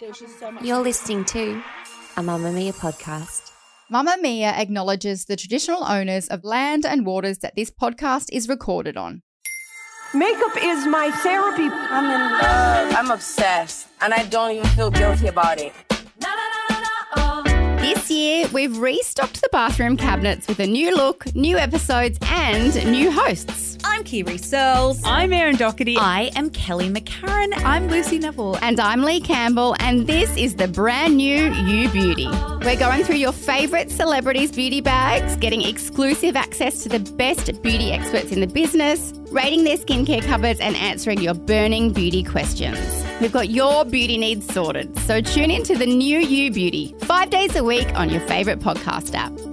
There's just so much. You're listening to a Mamma Mia podcast. Mamma Mia acknowledges the traditional owners of land and waters that this podcast is recorded on. Makeup is my therapy. I'm in love. I'm obsessed. And I don't even feel guilty about it. This year, we've restocked the bathroom cabinets with a new look, new episodes, and new hosts. I'm Kiri Searles. I'm Erin Doherty. I am Kelly McCarran. I'm Lucy Neville. And I'm Lee Campbell, and this is the brand new You Beauty. We're going through your favourite celebrities' beauty bags, getting exclusive access to the best beauty experts in the business, rating their skincare cupboards, and answering your burning beauty questions. We've got your beauty needs sorted, so tune in to the new You Beauty, five days a week on your favourite podcast app.